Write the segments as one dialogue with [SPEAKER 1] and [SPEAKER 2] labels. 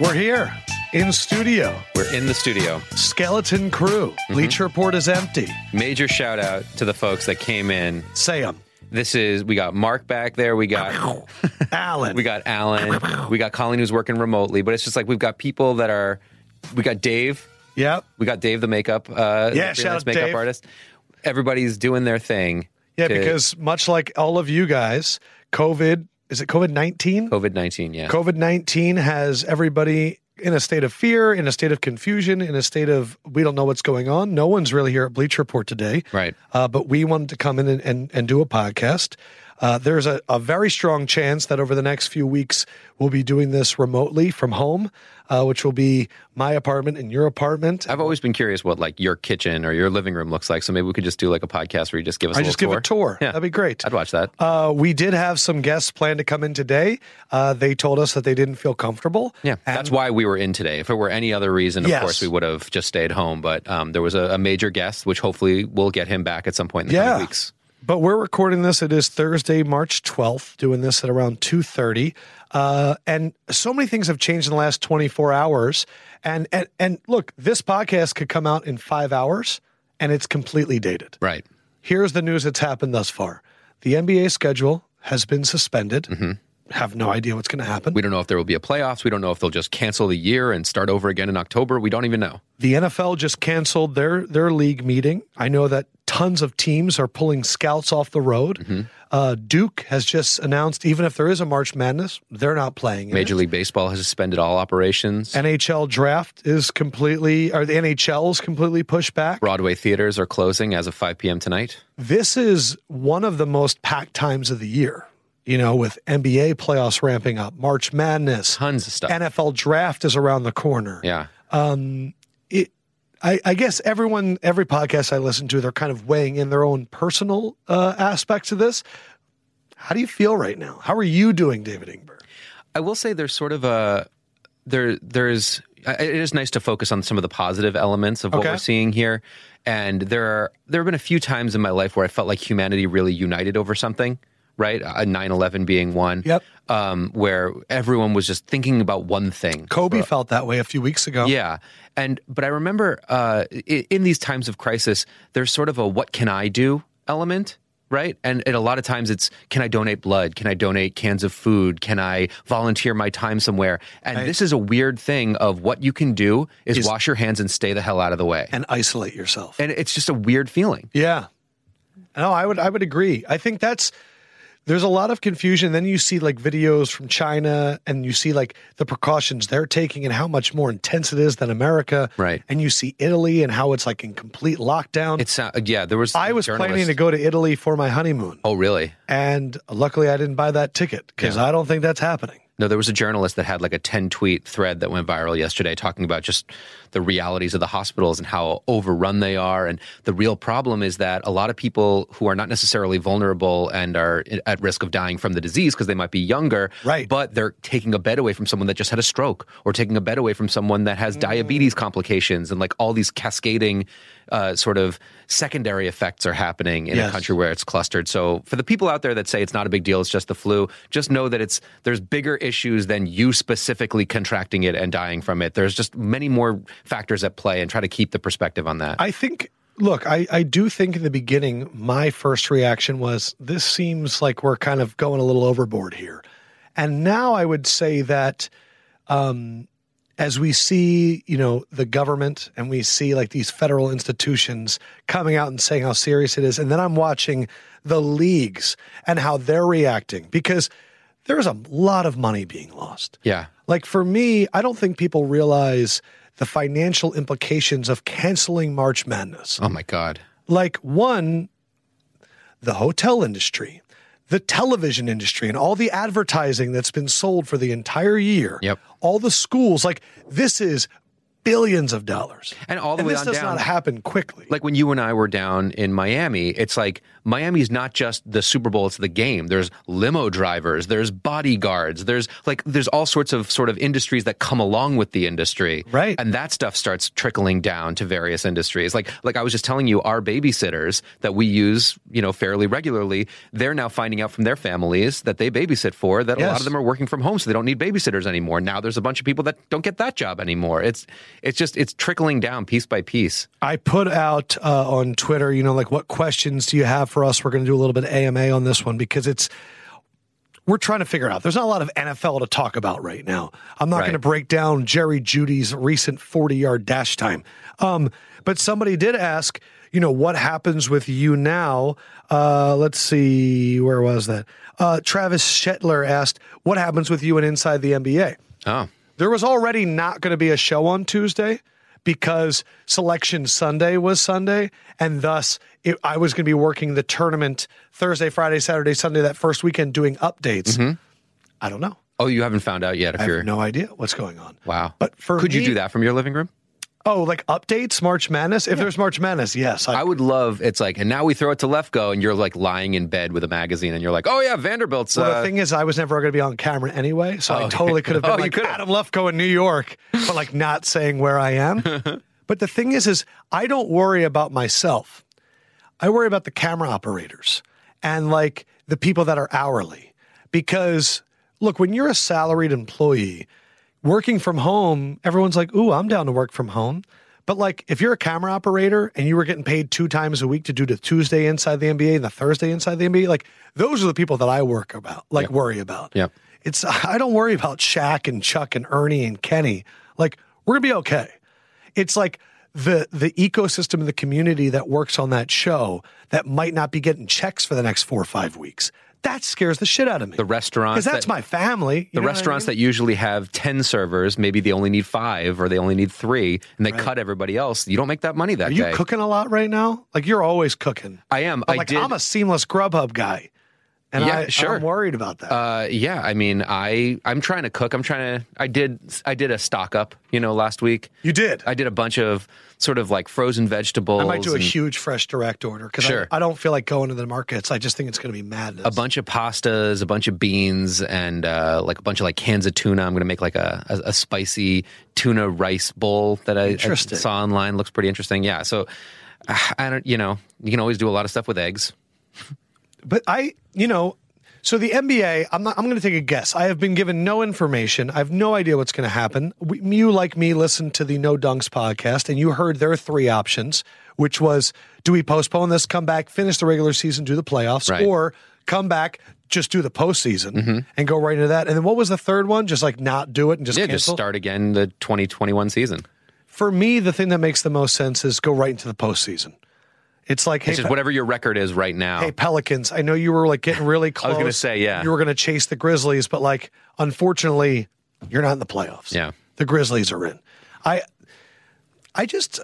[SPEAKER 1] We're here in studio.
[SPEAKER 2] We're in the studio.
[SPEAKER 1] Skeleton crew.
[SPEAKER 2] Mm-hmm.
[SPEAKER 1] Bleach Report is empty.
[SPEAKER 2] Major shout out to the folks that came in.
[SPEAKER 1] Say 'em.
[SPEAKER 2] This is we got Mark back there. We got
[SPEAKER 1] Alan.
[SPEAKER 2] we got Alan. We got Colleen who's working remotely. But it's just like we've got people that are. We got Dave.
[SPEAKER 1] Yep.
[SPEAKER 2] We got Dave, the makeup. Uh,
[SPEAKER 1] Yeah,
[SPEAKER 2] freelance
[SPEAKER 1] shout out
[SPEAKER 2] makeup
[SPEAKER 1] Dave.
[SPEAKER 2] artist. Everybody's doing their thing.
[SPEAKER 1] Yeah, because much like all of you guys, COVID is it COVID 19?
[SPEAKER 2] COVID nineteen. Yeah.
[SPEAKER 1] COVID 19 has everybody in a state of fear, in a state of confusion, in a state of we don't know what's going on. No one's really here at Bleach Report today.
[SPEAKER 2] Right.
[SPEAKER 1] Uh, but we wanted to come in and, and, and do a podcast. Uh, there's a, a very strong chance that over the next few weeks, we'll be doing this remotely from home, uh, which will be my apartment and your apartment.
[SPEAKER 2] I've always been curious what like your kitchen or your living room looks like. So maybe we could just do like a podcast where you just give us.
[SPEAKER 1] I
[SPEAKER 2] a
[SPEAKER 1] just give
[SPEAKER 2] little
[SPEAKER 1] a tour.
[SPEAKER 2] Yeah.
[SPEAKER 1] That'd be great.
[SPEAKER 2] I'd watch that.
[SPEAKER 1] Uh, we did have some guests plan to come in today. Uh, they told us that they didn't feel comfortable.
[SPEAKER 2] Yeah, that's why we were in today. If it were any other reason, of
[SPEAKER 1] Yes.
[SPEAKER 2] course, we would have just stayed home. But um, there was a, a major guest, which hopefully we'll get him back at some point in the
[SPEAKER 1] Yeah.
[SPEAKER 2] coming weeks.
[SPEAKER 1] But we're recording this. It is Thursday, March twelfth. Doing this at around two thirty, uh, and so many things have changed in the last twenty four hours. And and and look, this podcast could come out in five hours, and it's completely dated.
[SPEAKER 2] Right.
[SPEAKER 1] Here's the news that's happened thus far: the NBA schedule has been suspended. Have no idea what's going to happen.
[SPEAKER 2] We don't know if there will be a playoffs. We don't know if they'll just cancel the year and start over again in October. We don't even know.
[SPEAKER 1] The NFL just canceled their their league meeting. I know that tons of teams are pulling scouts off the road. Uh, Duke has just announced, even if there is a March Madness, they're not playing. in
[SPEAKER 2] Major
[SPEAKER 1] it.
[SPEAKER 2] League Baseball has suspended all operations.
[SPEAKER 1] NHL draft is completely, or the NHL is completely pushed back.
[SPEAKER 2] Broadway theaters are closing as of 5 p.m. tonight.
[SPEAKER 1] This is one of the most packed times of the year. You know, with NBA playoffs ramping up, March Madness,
[SPEAKER 2] Tons of stuff.
[SPEAKER 1] NFL draft is around the corner.
[SPEAKER 2] yeah.
[SPEAKER 1] it I, I guess everyone every podcast I listen to, they're kind of weighing in their own personal uh, aspects of this. How do you feel right now? How are you doing, David Ingber?
[SPEAKER 2] I will say there's sort of a there there's I- it is nice to focus on some of the positive elements of what
[SPEAKER 1] Okay.
[SPEAKER 2] we're seeing here and there are there have been a few times in my life where I felt like humanity really united over something right a 9/11 being one
[SPEAKER 1] Yep.
[SPEAKER 2] um where everyone was just thinking about one thing
[SPEAKER 1] Kobe felt that way a few weeks ago.
[SPEAKER 2] yeah, and but I remember uh, i- in these times of crisis, there's sort of a "what can I do" element, right? And, and a lot of times it's "can I donate blood? Can I donate cans of food? Can I volunteer my time somewhere?" And this is a weird thing of what you can do is, wash your hands and stay the hell out of the way,
[SPEAKER 1] And isolate yourself.
[SPEAKER 2] and it's just a weird feeling.
[SPEAKER 1] Yeah. No, I would I would agree. I think that's there's a lot of confusion. Then you see like videos from China and you see like the precautions they're taking and how much more intense it is than America.
[SPEAKER 2] Right.
[SPEAKER 1] And you see Italy and how it's like in complete lockdown.
[SPEAKER 2] It's uh, yeah, there was.
[SPEAKER 1] I
[SPEAKER 2] a
[SPEAKER 1] was
[SPEAKER 2] journalist-
[SPEAKER 1] planning to go to Italy for my honeymoon.
[SPEAKER 2] Oh really?
[SPEAKER 1] And luckily, I didn't buy that ticket because I don't think that's happening.
[SPEAKER 2] No, there was a journalist that had like a 10 tweet thread that went viral yesterday talking about just the realities of the hospitals and how overrun they are. And the real problem is that a lot of people who are not necessarily vulnerable and are i- at risk of dying from the disease because they might be younger,
[SPEAKER 1] Right.
[SPEAKER 2] but they're taking a bed away from someone that just had a stroke or taking a bed away from someone that has diabetes
[SPEAKER 1] Mm.
[SPEAKER 2] complications and like all these cascading uh, sort of secondary effects are happening in
[SPEAKER 1] Yes.
[SPEAKER 2] a country where it's clustered. So for the people out there that say it's not a big deal, it's just the flu, just know that it's there's bigger issues than you specifically contracting it and dying from it. There's just many more factors at play and try to keep the perspective on that.
[SPEAKER 1] I think, look, I, I do think in the beginning, my first reaction was this seems like we're kind of going a little overboard here. And now I would say that um, as we see, you know, the government and we see like these federal institutions coming out and saying how serious it is, and then I'm watching the leagues and how they're reacting because there's a lot of money being lost.
[SPEAKER 2] yeah.
[SPEAKER 1] Like for me, I don't think people realize the financial implications of canceling March Madness.
[SPEAKER 2] Oh my God.
[SPEAKER 1] Like one, the hotel industry, the television industry, and all the advertising that's been sold for the entire year.
[SPEAKER 2] Yep.
[SPEAKER 1] All the schools. Like this is billions of dollars.
[SPEAKER 2] And all the
[SPEAKER 1] And
[SPEAKER 2] way
[SPEAKER 1] this
[SPEAKER 2] on
[SPEAKER 1] does
[SPEAKER 2] down.
[SPEAKER 1] not happen quickly.
[SPEAKER 2] like when you and I were down in Miami, it's like Miami's not just the Super Bowl, it's the game. There's limo drivers, there's bodyguards, there's like there's all sorts of sort of industries that come along with the industry.
[SPEAKER 1] Right.
[SPEAKER 2] And that stuff starts trickling down to various industries. Like like I was just telling you, our babysitters that we use, you know, fairly regularly, they're now finding out from their families that they babysit for that a lot
[SPEAKER 1] Yes.
[SPEAKER 2] of them are working from home, so they don't need babysitters anymore. Now there's a bunch of people that don't get that job anymore. It's it's just it's trickling down piece by piece.
[SPEAKER 1] I put out uh, on Twitter, you know, like what questions do you have for us? We're going to do a little bit of AMA on this one because it's we're trying to figure it out. There's not a lot of NFL to talk about right now. I'm not
[SPEAKER 2] Right.
[SPEAKER 1] going to break down Jerry Judy's recent 40 yard dash time. Um, but somebody did ask, you know, what happens with you now? Uh, let's see, where was that? Uh, Travis Shetler asked, what happens with you and inside the NBA?
[SPEAKER 2] Oh.
[SPEAKER 1] There was already not going to be a show on Tuesday because selection Sunday was Sunday, and thus it, I was going to be working the tournament Thursday, Friday, Saturday, Sunday that first weekend doing updates.
[SPEAKER 2] Mm-hmm.
[SPEAKER 1] I don't know.
[SPEAKER 2] Oh, you haven't found out yet if
[SPEAKER 1] I
[SPEAKER 2] you're
[SPEAKER 1] have no idea what's going on.
[SPEAKER 2] wow.
[SPEAKER 1] But for
[SPEAKER 2] could you
[SPEAKER 1] me-
[SPEAKER 2] do that from your living room?
[SPEAKER 1] Oh, like updates, March Madness. If there's March Madness, yes, I,
[SPEAKER 2] I would love. It's like, and now we throw it to left go, and you're like lying in bed with a magazine, and you're like, oh yeah, Vanderbilt's.
[SPEAKER 1] Well,
[SPEAKER 2] uh,
[SPEAKER 1] the thing is, I was never going to be on camera anyway, so I
[SPEAKER 2] okay.
[SPEAKER 1] totally could have been
[SPEAKER 2] Oh, you
[SPEAKER 1] like
[SPEAKER 2] could've.
[SPEAKER 1] Adam Lefko in New York, but like not saying where I am. but the thing is, is I don't worry about myself. I worry about the camera operators and like the people that are hourly, because look, when you're a salaried employee, working from home, everyone's like, "Ooh, I'm down to work from home." But like, if you're a camera operator and you were getting paid two times a week to do the Tuesday inside the NBA and the Thursday inside the NBA, like those are the people that I work about, like worry about.
[SPEAKER 2] Yep.
[SPEAKER 1] It's I don't worry about Shaq and Chuck and Ernie and Kenny. Like we're gonna be okay. It's like the the ecosystem of the community that works on that show that might not be getting checks for the next four or five weeks. That scares the shit out of me.
[SPEAKER 2] the restaurants.
[SPEAKER 1] because that's
[SPEAKER 2] that,
[SPEAKER 1] my family. you
[SPEAKER 2] the
[SPEAKER 1] know what I
[SPEAKER 2] restaurants
[SPEAKER 1] mean?
[SPEAKER 2] that usually have ten servers, maybe they only need five or they only need three, and they cut everybody else. You don't make that money that
[SPEAKER 1] Are you
[SPEAKER 2] day.
[SPEAKER 1] cooking a lot right now? Like you're always cooking.
[SPEAKER 2] I am.
[SPEAKER 1] But
[SPEAKER 2] I
[SPEAKER 1] like
[SPEAKER 2] did.
[SPEAKER 1] I'm a seamless Grubhub guy, and
[SPEAKER 2] Yeah,
[SPEAKER 1] I,
[SPEAKER 2] sure.
[SPEAKER 1] I'm worried about that.
[SPEAKER 2] Uh, yeah, I mean, I I'm trying to cook. I'm trying to. I did. I did a stock up. You know, last week
[SPEAKER 1] you did. I,
[SPEAKER 2] I did a bunch of sort of like frozen vegetables.
[SPEAKER 1] might do a
[SPEAKER 2] and-
[SPEAKER 1] huge fresh direct order because
[SPEAKER 2] Sure.
[SPEAKER 1] I, don't feel like going to the markets. I just think it's going to be madness.
[SPEAKER 2] a bunch of pastas, a bunch of beans, and uh, like a bunch of like cans of tuna. I'm going to make like a, a, a spicy tuna rice bowl that I, I
[SPEAKER 1] Interesting.
[SPEAKER 2] saw online. Looks pretty interesting. Yeah. So uh, I don't, you know, you can always do a lot of stuff with eggs.
[SPEAKER 1] but I, you know, so the NBA, I'm not, I'm going to take a guess. I have been given no information. I have no idea what's going to happen. We, you, like me, listened to the No Dunks podcast, and you heard their three options, which was: do we postpone this, come back, finish the regular season, do the playoffs,
[SPEAKER 2] Right. Mm-hmm.
[SPEAKER 1] or come back, just do the postseason and go right into that? And then what was the third one? Just like not do it and just
[SPEAKER 2] Yeah, just
[SPEAKER 1] cancel.
[SPEAKER 2] start again the 2021 season.
[SPEAKER 1] For me, the thing that makes the most sense is go right into the postseason. It's like hey,
[SPEAKER 2] It's just whatever your record is right now.
[SPEAKER 1] Hey, Pelicans, I know you were like getting really close.
[SPEAKER 2] was gonna say, yeah.
[SPEAKER 1] You were going to chase the Grizzlies, but like, unfortunately, you're not in the playoffs.
[SPEAKER 2] Yeah.
[SPEAKER 1] The Grizzlies are in. I, I just,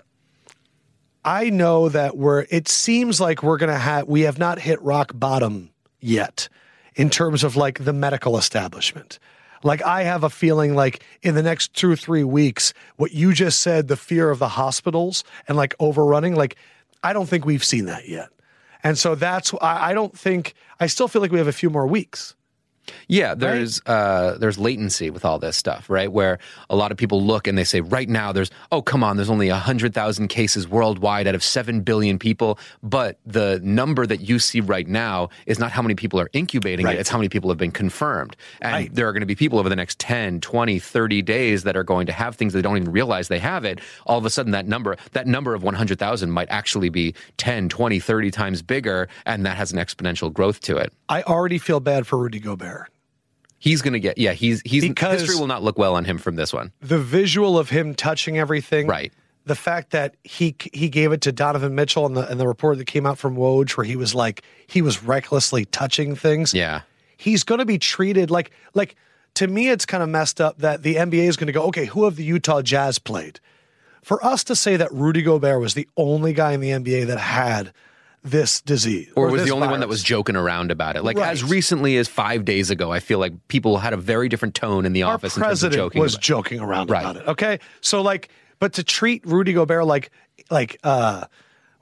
[SPEAKER 1] I know that we're, it seems like we're going to have, we have not hit rock bottom yet in terms of like the medical establishment. Like, I have a feeling like in the next two or three weeks, what you just said, the fear of the hospitals and like overrunning, like, I don't think we've seen that yet. And so that's, I, I don't think, I still feel like we have a few more weeks.
[SPEAKER 2] Yeah, there's uh, there's latency with all this stuff, right? Where a lot of people look and they say, right now, there's oh come on, there's only hundred thousand cases worldwide out of seven billion people, but the number that you see right now is not how many people are incubating
[SPEAKER 1] Right.
[SPEAKER 2] it; it's how many people have been confirmed. And
[SPEAKER 1] Right.
[SPEAKER 2] there are going to be people over the next 10, 20, 30 days that are going to have things they don't even realize they have it. All of a sudden, that number that number of one hundred thousand might actually be 10, 20, 30 times bigger, and that has an exponential growth to it.
[SPEAKER 1] I already feel bad for Rudy Gobert.
[SPEAKER 2] He's gonna get yeah. He's he's
[SPEAKER 1] Because-
[SPEAKER 2] history will not look well on him from this one.
[SPEAKER 1] the visual of him touching everything,
[SPEAKER 2] Right.
[SPEAKER 1] The fact that he he gave it to Donovan Mitchell and the and the report that came out from Woj where he was like he was recklessly touching things.
[SPEAKER 2] Yeah,
[SPEAKER 1] he's going to be treated like like to me it's kind of messed up that the NBA is going to go okay who have the Utah Jazz played for us to say that Rudy Gobert was the only guy in the NBA that had this disease
[SPEAKER 2] or, was
[SPEAKER 1] this
[SPEAKER 2] the only one that
[SPEAKER 1] virus.
[SPEAKER 2] was joking around about it. Like
[SPEAKER 1] Right.
[SPEAKER 2] as recently as five days ago, I feel like people had a very different tone in the
[SPEAKER 1] our
[SPEAKER 2] office. in terms of
[SPEAKER 1] president
[SPEAKER 2] joking
[SPEAKER 1] was
[SPEAKER 2] about-
[SPEAKER 1] joking around
[SPEAKER 2] Right.
[SPEAKER 1] about it. Okay, so like, But to treat Rudy Gobert like like uh,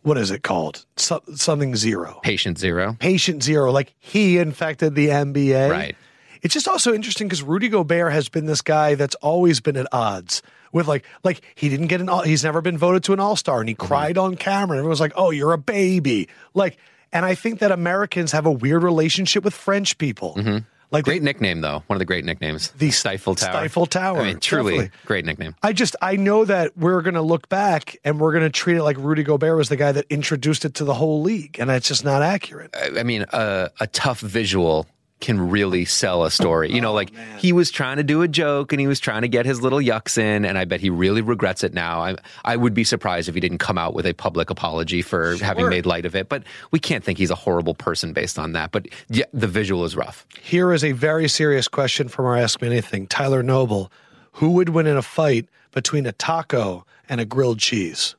[SPEAKER 1] what is it called? So, something zero,
[SPEAKER 2] Patient zero.
[SPEAKER 1] patient zero. Like he infected the NBA.
[SPEAKER 2] Right.
[SPEAKER 1] It's just also interesting because Rudy Gobert has been this guy that's always been at odds with like like he didn't get an all, he's never been voted to an all star and
[SPEAKER 2] Mm-hmm.
[SPEAKER 1] he cried on camera and everyone's like oh you're a baby like and I think that Americans have a weird relationship with French people
[SPEAKER 2] Mm-hmm.
[SPEAKER 1] like
[SPEAKER 2] Great nickname though. One of the great nicknames. The Stifle Tower.
[SPEAKER 1] Stifle Tower,
[SPEAKER 2] I mean, truly
[SPEAKER 1] definitely.
[SPEAKER 2] great nickname.
[SPEAKER 1] I just I know that we're gonna look back and we're gonna treat it like Rudy Gobert was the guy that introduced it to the whole league and that's just not accurate.
[SPEAKER 2] I I mean, uh, a tough visual can really sell a story. You know, like he was trying to do a joke and he was trying to get his little yucks in, and I bet he really regrets it now. I, I would be surprised if he didn't come out with a public apology for having made light of it. But we can't think he's a horrible person based on that. But yeah, the visual is rough.
[SPEAKER 1] Here is a very serious question from our Ask Me Anything. Tyler Noble, who would win in a fight between a taco and a grilled cheese?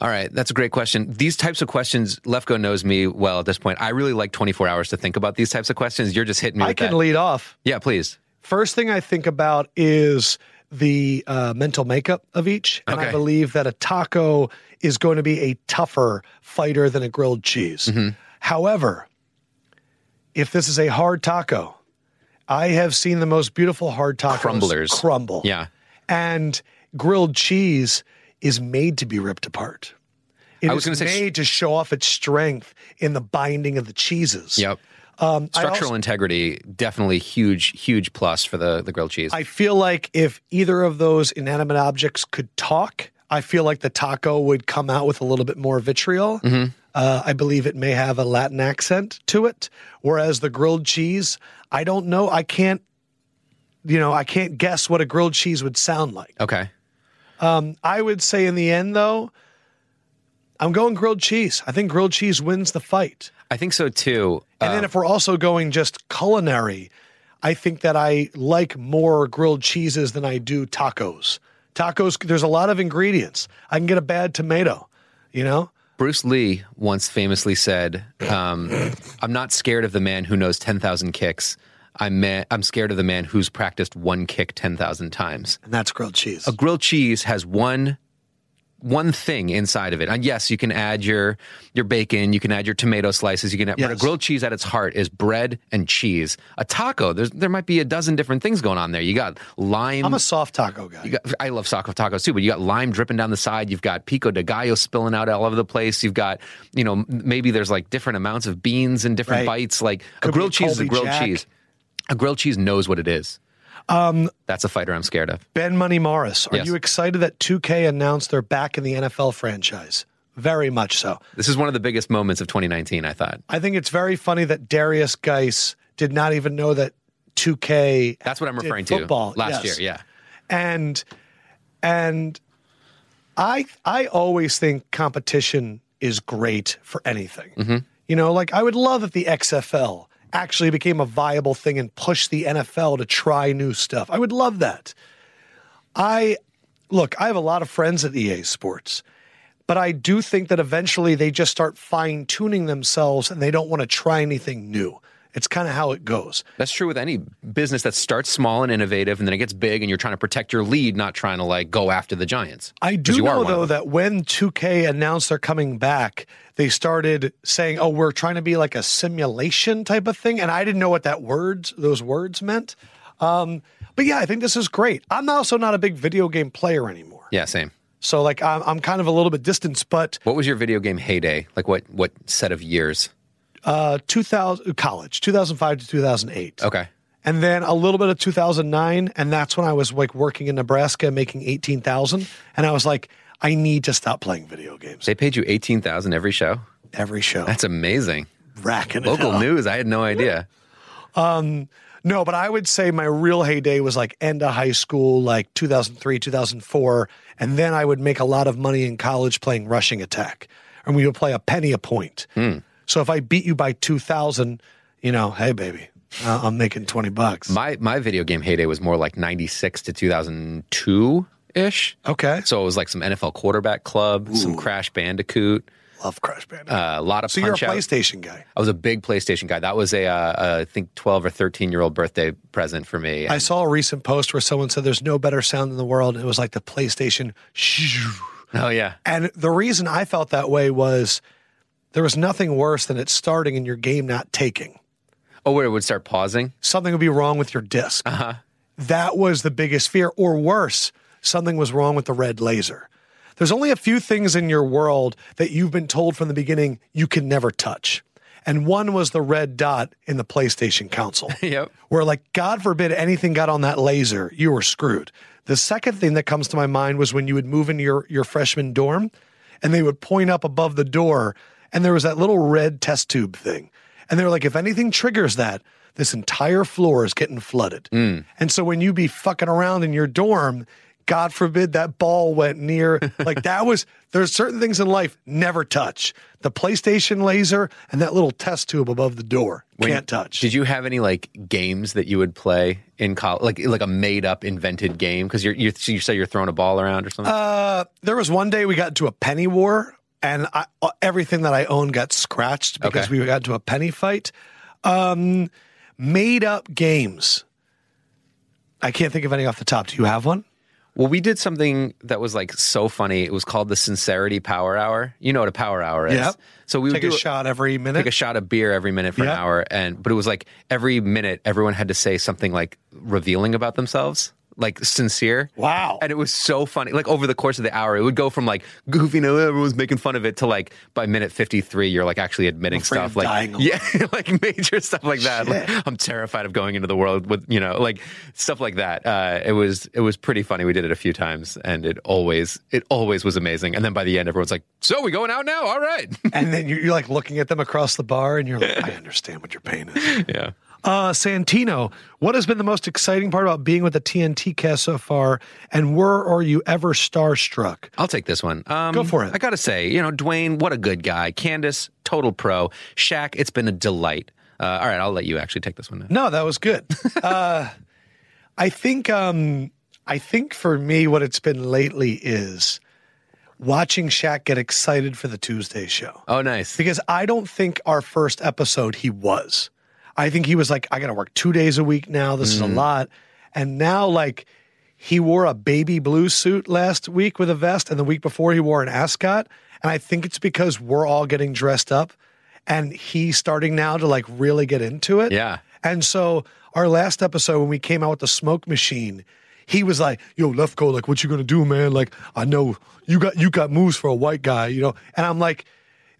[SPEAKER 2] All right, that's a great question. These types of questions, Lefko knows me well at this point. I really like 24 hours to think about these types of questions. You're just hitting me
[SPEAKER 1] I
[SPEAKER 2] with
[SPEAKER 1] can
[SPEAKER 2] that.
[SPEAKER 1] lead off.
[SPEAKER 2] yeah, please.
[SPEAKER 1] First thing I think about is the uh, mental makeup of each. And I
[SPEAKER 2] Okay.
[SPEAKER 1] believe that a taco is going to be a tougher fighter than a grilled cheese.
[SPEAKER 2] Mm-hmm.
[SPEAKER 1] However, if this is a hard taco, I have seen the most beautiful hard tacos
[SPEAKER 2] Crumblers.
[SPEAKER 1] crumble.
[SPEAKER 2] Yeah.
[SPEAKER 1] And grilled cheese is made to be ripped apart. It
[SPEAKER 2] I was
[SPEAKER 1] is
[SPEAKER 2] gonna say-
[SPEAKER 1] made to show off its strength in the binding of the cheeses.
[SPEAKER 2] Yep.
[SPEAKER 1] Um, I also-
[SPEAKER 2] Structural integrity, definitely huge, huge plus for the, the grilled cheese.
[SPEAKER 1] I feel like if either of those inanimate objects could talk, I feel like the taco would come out with a little bit more vitriol. Uh, I believe it may have a Latin accent to it, whereas the grilled cheese, I don't know. I can't, you know, I can't guess what a grilled cheese would sound like.
[SPEAKER 2] okay.
[SPEAKER 1] I would say in the end, though, I'm going grilled cheese. I think grilled cheese wins the fight.
[SPEAKER 2] I think so too.
[SPEAKER 1] And then if we're also going just culinary, I think that I like more grilled cheeses than I do tacos. Tacos, there's a lot of ingredients. I can get a bad tomato, you know?
[SPEAKER 2] Bruce Lee once famously said, um, "I'm not scared of the man who knows ten thousand kicks. I'm ma- I'm scared of the man who's practiced one kick ten thousand times."
[SPEAKER 1] And that's grilled cheese.
[SPEAKER 2] A grilled cheese has one one thing inside of it. And yes, you can add your your bacon, you can add your tomato slices, you can add, but a
[SPEAKER 1] Yes.
[SPEAKER 2] grilled cheese at its heart is bread and cheese. A taco, there's, there might be a dozen different things going on there. You got lime
[SPEAKER 1] I'm a soft taco guy.
[SPEAKER 2] you got, I love Saco tacos too, but you got lime dripping down the side. You've got pico de gallo spilling out all over the place. You've got, you know, m- maybe there's like different amounts of beans and different
[SPEAKER 1] Right.
[SPEAKER 2] bites. Like
[SPEAKER 1] Could
[SPEAKER 2] a
[SPEAKER 1] be
[SPEAKER 2] grilled
[SPEAKER 1] a
[SPEAKER 2] cheese is a
[SPEAKER 1] Colby
[SPEAKER 2] grilled
[SPEAKER 1] Jack.
[SPEAKER 2] cheese. A grilled cheese knows what it is. Um, That's a fighter I'm scared of.
[SPEAKER 1] Ben Money Morris, are
[SPEAKER 2] Yes.
[SPEAKER 1] you excited that 2K announced they're back in the NFL franchise? Very much so.
[SPEAKER 2] This is one of the biggest moments of 2019, I thought.
[SPEAKER 1] I think it's very funny that Darius Geis did not even know that 2K
[SPEAKER 2] That's what I'm
[SPEAKER 1] did
[SPEAKER 2] referring
[SPEAKER 1] football,
[SPEAKER 2] to last
[SPEAKER 1] yes.
[SPEAKER 2] year. Yeah.
[SPEAKER 1] and and i i always think competition is great for anything you know like i would love if the xfl actually became a viable thing and pushed the nfl to try new stuff i would love that i look i have a lot of friends at ea sports but i do think that eventually they just start fine-tuning themselves and they don't want to try anything new it's kind of how it goes
[SPEAKER 2] That's true with any business that starts small and innovative and then it gets big and you're trying to protect your lead, not trying to like go after the giants.
[SPEAKER 1] I
[SPEAKER 2] 'Cause
[SPEAKER 1] do
[SPEAKER 2] you are
[SPEAKER 1] know
[SPEAKER 2] one of
[SPEAKER 1] though
[SPEAKER 2] them.
[SPEAKER 1] that when 2K announced they're coming back, they started saying, "Oh, we're trying to be like a simulation type of thing," and I didn't know what that words those words meant. Um, but yeah, I think this is great. I'm also not a big video game player anymore,
[SPEAKER 2] Yeah, same.
[SPEAKER 1] so like I'm, I'm kind of a little bit distanced. But
[SPEAKER 2] What was your video game heyday? Like what what set of years?
[SPEAKER 1] uh, 2000 college, 2005 to 2008.
[SPEAKER 2] Okay.
[SPEAKER 1] and then a little bit of 2009 and that's when i was like working in nebraska making 18000 and i was like i need to stop playing video games
[SPEAKER 2] They paid you 18,000 every show?
[SPEAKER 1] every show
[SPEAKER 2] That's amazing.
[SPEAKER 1] racking it
[SPEAKER 2] Local
[SPEAKER 1] up.
[SPEAKER 2] news, I had no idea.
[SPEAKER 1] No, but I would say my real heyday was like end of high school, like 2003, 2004. And then I would make a lot of money in college playing rushing attack. And we would play a penny a point.
[SPEAKER 2] Hmm.
[SPEAKER 1] So if I beat you by 2000, you know, hey, baby, uh, I'm making 20 bucks.
[SPEAKER 2] My my video game heyday was more like 96 to 2002 ish.
[SPEAKER 1] okay.
[SPEAKER 2] So it was like some NFL quarterback club, some Crash Bandicoot,
[SPEAKER 1] love Crash Bandicoot.
[SPEAKER 2] Uh, a lot of
[SPEAKER 1] so you're a
[SPEAKER 2] punch out.
[SPEAKER 1] PlayStation guy.
[SPEAKER 2] I was a big PlayStation guy. That was a, uh, I think, 12 or 13 year old birthday present for me.
[SPEAKER 1] I saw a recent post where someone said there's no better sound in the world. And it was like the PlayStation. shoo.
[SPEAKER 2] oh, yeah.
[SPEAKER 1] And the reason I felt that way was there was nothing worse than it starting and your game not taking.
[SPEAKER 2] Oh, where it would start pausing?
[SPEAKER 1] Something would be wrong with your disk That was the biggest fear, or worse, something was wrong with the red laser. There's only a few things in your world that you've been told from the beginning you can never touch. And one was the red dot in the PlayStation console.
[SPEAKER 2] Yep.
[SPEAKER 1] where like god forbid anything got on that laser you were screwed the second thing that comes to my mind was when you would move into your, your freshman dorm and they would point up above the door and there was that little red test tube thing and they were like if anything triggers that this entire floor is getting flooded and so when you be fucking around in your dorm god forbid that ball went near like that was there's certain things in life never touch the playstation laser and that little test tube above the door can't touch
[SPEAKER 2] Did you have any like games that you would play in college, like like a made up invented game? Because you're, you're you say you're throwing a ball around or something.
[SPEAKER 1] Uh, there was one day we got into a penny war, and I, uh, everything that I owned got scratched because
[SPEAKER 2] Okay.
[SPEAKER 1] we got into a penny fight. Um, made up games. I can't think of any off the top. Do you have one?
[SPEAKER 2] well, we did something that was like so funny. It was called the Sincerity Power Hour. You know what a power hour is?
[SPEAKER 1] Yep.
[SPEAKER 2] So we would
[SPEAKER 1] Take
[SPEAKER 2] do
[SPEAKER 1] a shot every minute.
[SPEAKER 2] Take a shot of beer every minute for an
[SPEAKER 1] Yeah.
[SPEAKER 2] hour, and but it was like every minute everyone had to say something like revealing about themselves, like sincere.
[SPEAKER 1] Wow.
[SPEAKER 2] And it was so funny. Like over the course of the hour, it would go from like goofy, no, everyone's making fun of it, to like by minute fifty three, you're like actually admitting
[SPEAKER 1] afraid
[SPEAKER 2] stuff,
[SPEAKER 1] of
[SPEAKER 2] like
[SPEAKER 1] dying alone.
[SPEAKER 2] yeah, like major stuff like that. Like, I'm terrified of going into the world with you know, like stuff like that. Uh, it was it was pretty funny. We did it a few times, and it always it always was amazing. And then by the end, everyone's like, "So we going out now? All right."
[SPEAKER 1] and then you- you're like looking at them across the bar, and you're like, I understand what your pain is.
[SPEAKER 2] yeah.
[SPEAKER 1] Uh, Santino, what has been the most exciting part about being with the TNT cast so far? And were or you ever starstruck?
[SPEAKER 2] I'll take this one. Um,
[SPEAKER 1] Go for it.
[SPEAKER 2] I gotta say, you know, Dwayne, what a good guy. Candace, total pro. Shaq, it's been a delight. Uh, all right, I'll let you actually take this one. Now.
[SPEAKER 1] No, that was good. uh, I think um, I think for me, what it's been lately is watching Shaq get excited for the Tuesday show
[SPEAKER 2] Oh, nice.
[SPEAKER 1] because I don't think our first episode he was. I think he was like, I got to work two days a week now. This is a lot. And now, like, he wore a baby blue suit last week with a vest, and the week before he wore an ascot. And I think it's because we're all getting dressed up, and he's starting now to like really get into it.
[SPEAKER 2] Yeah.
[SPEAKER 1] And so our last episode, when we came out with the smoke machine, he was like, "Yo, Lefko, like, what you gonna do, man? Like, I know you got you got moves for a white guy, you know." And I'm like,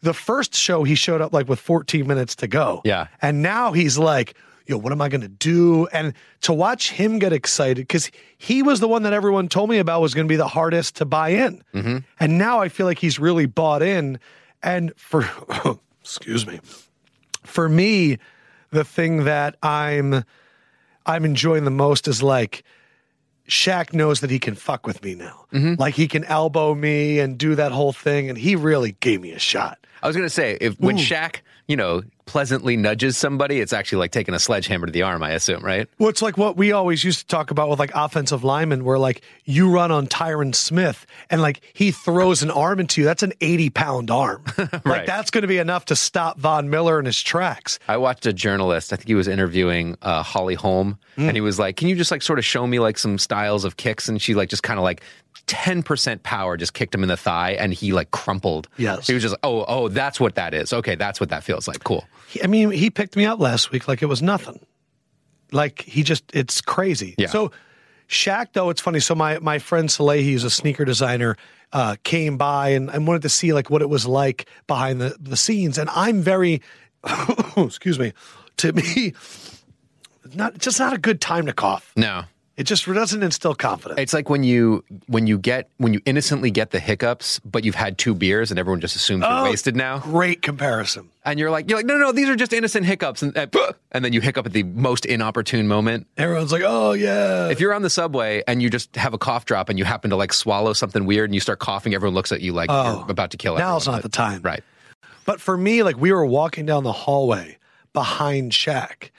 [SPEAKER 1] the first show he showed up like with 14 minutes to go,
[SPEAKER 2] Yeah.
[SPEAKER 1] and now he's like, "Yo, what am I gonna do?" And to watch him get excited because he was the one that everyone told me about was gonna be the hardest to buy in, and now I feel like he's really bought in. And for excuse me, for me, the thing that I'm I'm enjoying the most is like Shaq knows that he can fuck with me now. Like he can elbow me and do that whole thing, and he really gave me a shot.
[SPEAKER 2] I was gonna say if when Shaq, you know, pleasantly nudges somebody, it's actually like taking a sledgehammer to the arm. I assume, right?
[SPEAKER 1] Well, it's like what we always used to talk about with like offensive linemen, where like you run on Tyron Smith and like he throws an arm into you. That's an 80 pound arm.
[SPEAKER 2] Right.
[SPEAKER 1] Like that's going to be enough to stop Von Miller in his tracks.
[SPEAKER 2] I watched a journalist. I think he was interviewing uh, Holly Holm, and he was like, "Can you just like sort of show me like some styles of kicks?" And she like just kind of like ten percent power just kicked him in the thigh, and he like crumpled.
[SPEAKER 1] Yes.
[SPEAKER 2] he was just, "Oh, oh, that's what that is. Okay, that's what that feels like. Cool."
[SPEAKER 1] He- I mean, he picked me up last week like it was nothing. Like he just, it's crazy.
[SPEAKER 2] Yeah.
[SPEAKER 1] So Shaq, though, it's funny. So my my friend Salehi, who's a sneaker designer, uh, came by and, and wanted to see like what it was like behind the, the scenes. And I'm very, excuse me, to me, not just not a good time to cough.
[SPEAKER 2] No,
[SPEAKER 1] It just doesn't instill confidence.
[SPEAKER 2] it's like when you when you get when you innocently get the hiccups, but you've had two beers, and everyone just assumes you're wasted now,
[SPEAKER 1] Great comparison.
[SPEAKER 2] and you're like, "You're like, no, no, no these are just innocent hiccups," and and, and then you hiccup at the most inopportune moment.
[SPEAKER 1] Everyone's like, oh yeah.
[SPEAKER 2] If you're on the subway and you just have a cough drop and you happen to like swallow something weird and you start coughing, everyone looks at you like you're about to kill it.
[SPEAKER 1] Now's not the time.
[SPEAKER 2] Right.
[SPEAKER 1] But for me, like we were walking down the hallway behind Shaq,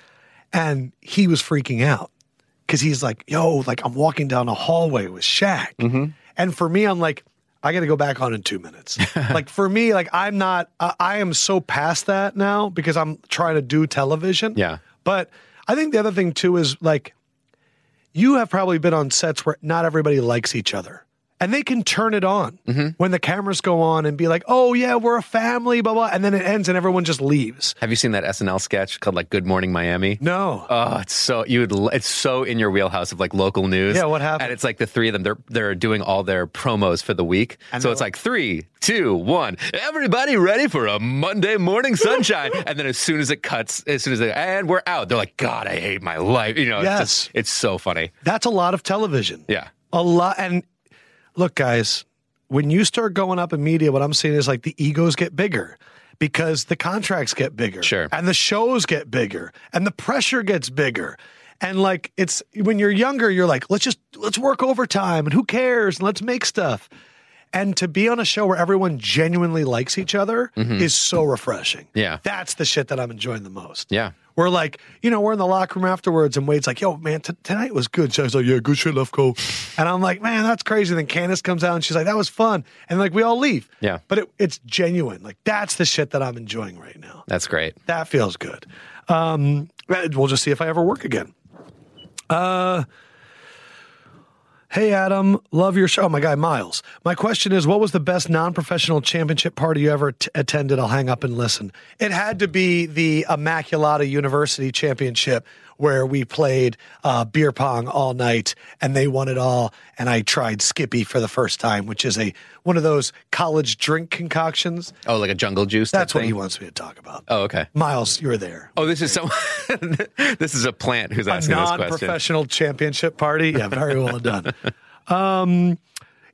[SPEAKER 1] and he was freaking out because he's like, "Yo, like I'm walking down a hallway with Shaq," and for me, I'm like, I got to go back on in two minutes. like for me, like I'm not, I, I am so past that now because I'm trying to do television.
[SPEAKER 2] Yeah.
[SPEAKER 1] But I think the other thing too is like, you have probably been on sets where not everybody likes each other. And they can turn it on when the cameras go on and be like, oh, yeah, we're a family, blah, blah. And then it ends and everyone just leaves.
[SPEAKER 2] Have you seen that SNL sketch called like Good Morning Miami?
[SPEAKER 1] No.
[SPEAKER 2] Oh, it's so you would. l- It's so in your wheelhouse of like local news.
[SPEAKER 1] Yeah, what happened?
[SPEAKER 2] And it's like the three of them. They're they're doing all their promos for the week. so it's like three, two, one. Everybody ready for a Monday morning sunshine? and then as soon as it cuts, as soon as they and we're out, they're like, God, I hate my life. You know, it's
[SPEAKER 1] Yes.
[SPEAKER 2] just it's so funny.
[SPEAKER 1] That's a lot of television.
[SPEAKER 2] Yeah,
[SPEAKER 1] A lot. And look, guys, when you start going up in media, what I'm seeing is like the egos get bigger because the contracts get bigger.
[SPEAKER 2] Sure.
[SPEAKER 1] And the shows get bigger and the pressure gets bigger. And like it's when you're younger, you're like, let's just let's work overtime and who cares? And let's make stuff. And to be on a show where everyone genuinely likes each other is so refreshing.
[SPEAKER 2] Mm-hmm. Yeah.
[SPEAKER 1] That's the shit that I'm enjoying the most.
[SPEAKER 2] yeah.
[SPEAKER 1] We're like, you know, we're in the locker room afterwards, and Wade's like, "Yo, man, t- tonight was good." So I was like, "Yeah, good shit, Lefko," and I'm like, "Man, that's crazy." Then Candace comes out and she's like, "That was fun," and like we all leave.
[SPEAKER 2] Yeah.
[SPEAKER 1] but it, it's genuine. Like that's the shit that I'm enjoying right now.
[SPEAKER 2] That's great.
[SPEAKER 1] That feels good. Um, we'll just see if I ever work again. Uh, hey Adam, love your show. Oh my guy Miles. My question is, what was the best non-professional championship party you ever t- attended? I'll hang up and listen. It had to be the Immaculata University Championship where we played uh, beer pong all night and they won it all. And I tried Skippy for the first time, which is a one of those college drink concoctions.
[SPEAKER 2] Oh, like a jungle juice. type
[SPEAKER 1] That's what
[SPEAKER 2] thing?
[SPEAKER 1] he wants me to talk about.
[SPEAKER 2] Oh, okay.
[SPEAKER 1] Miles, you were there.
[SPEAKER 2] Oh, this is someone. this is a plant who's asking this question.
[SPEAKER 1] non-professional championship party. Yeah, very well done. Um,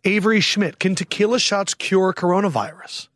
[SPEAKER 1] Avery Schmidt, can tequila shots cure coronavirus?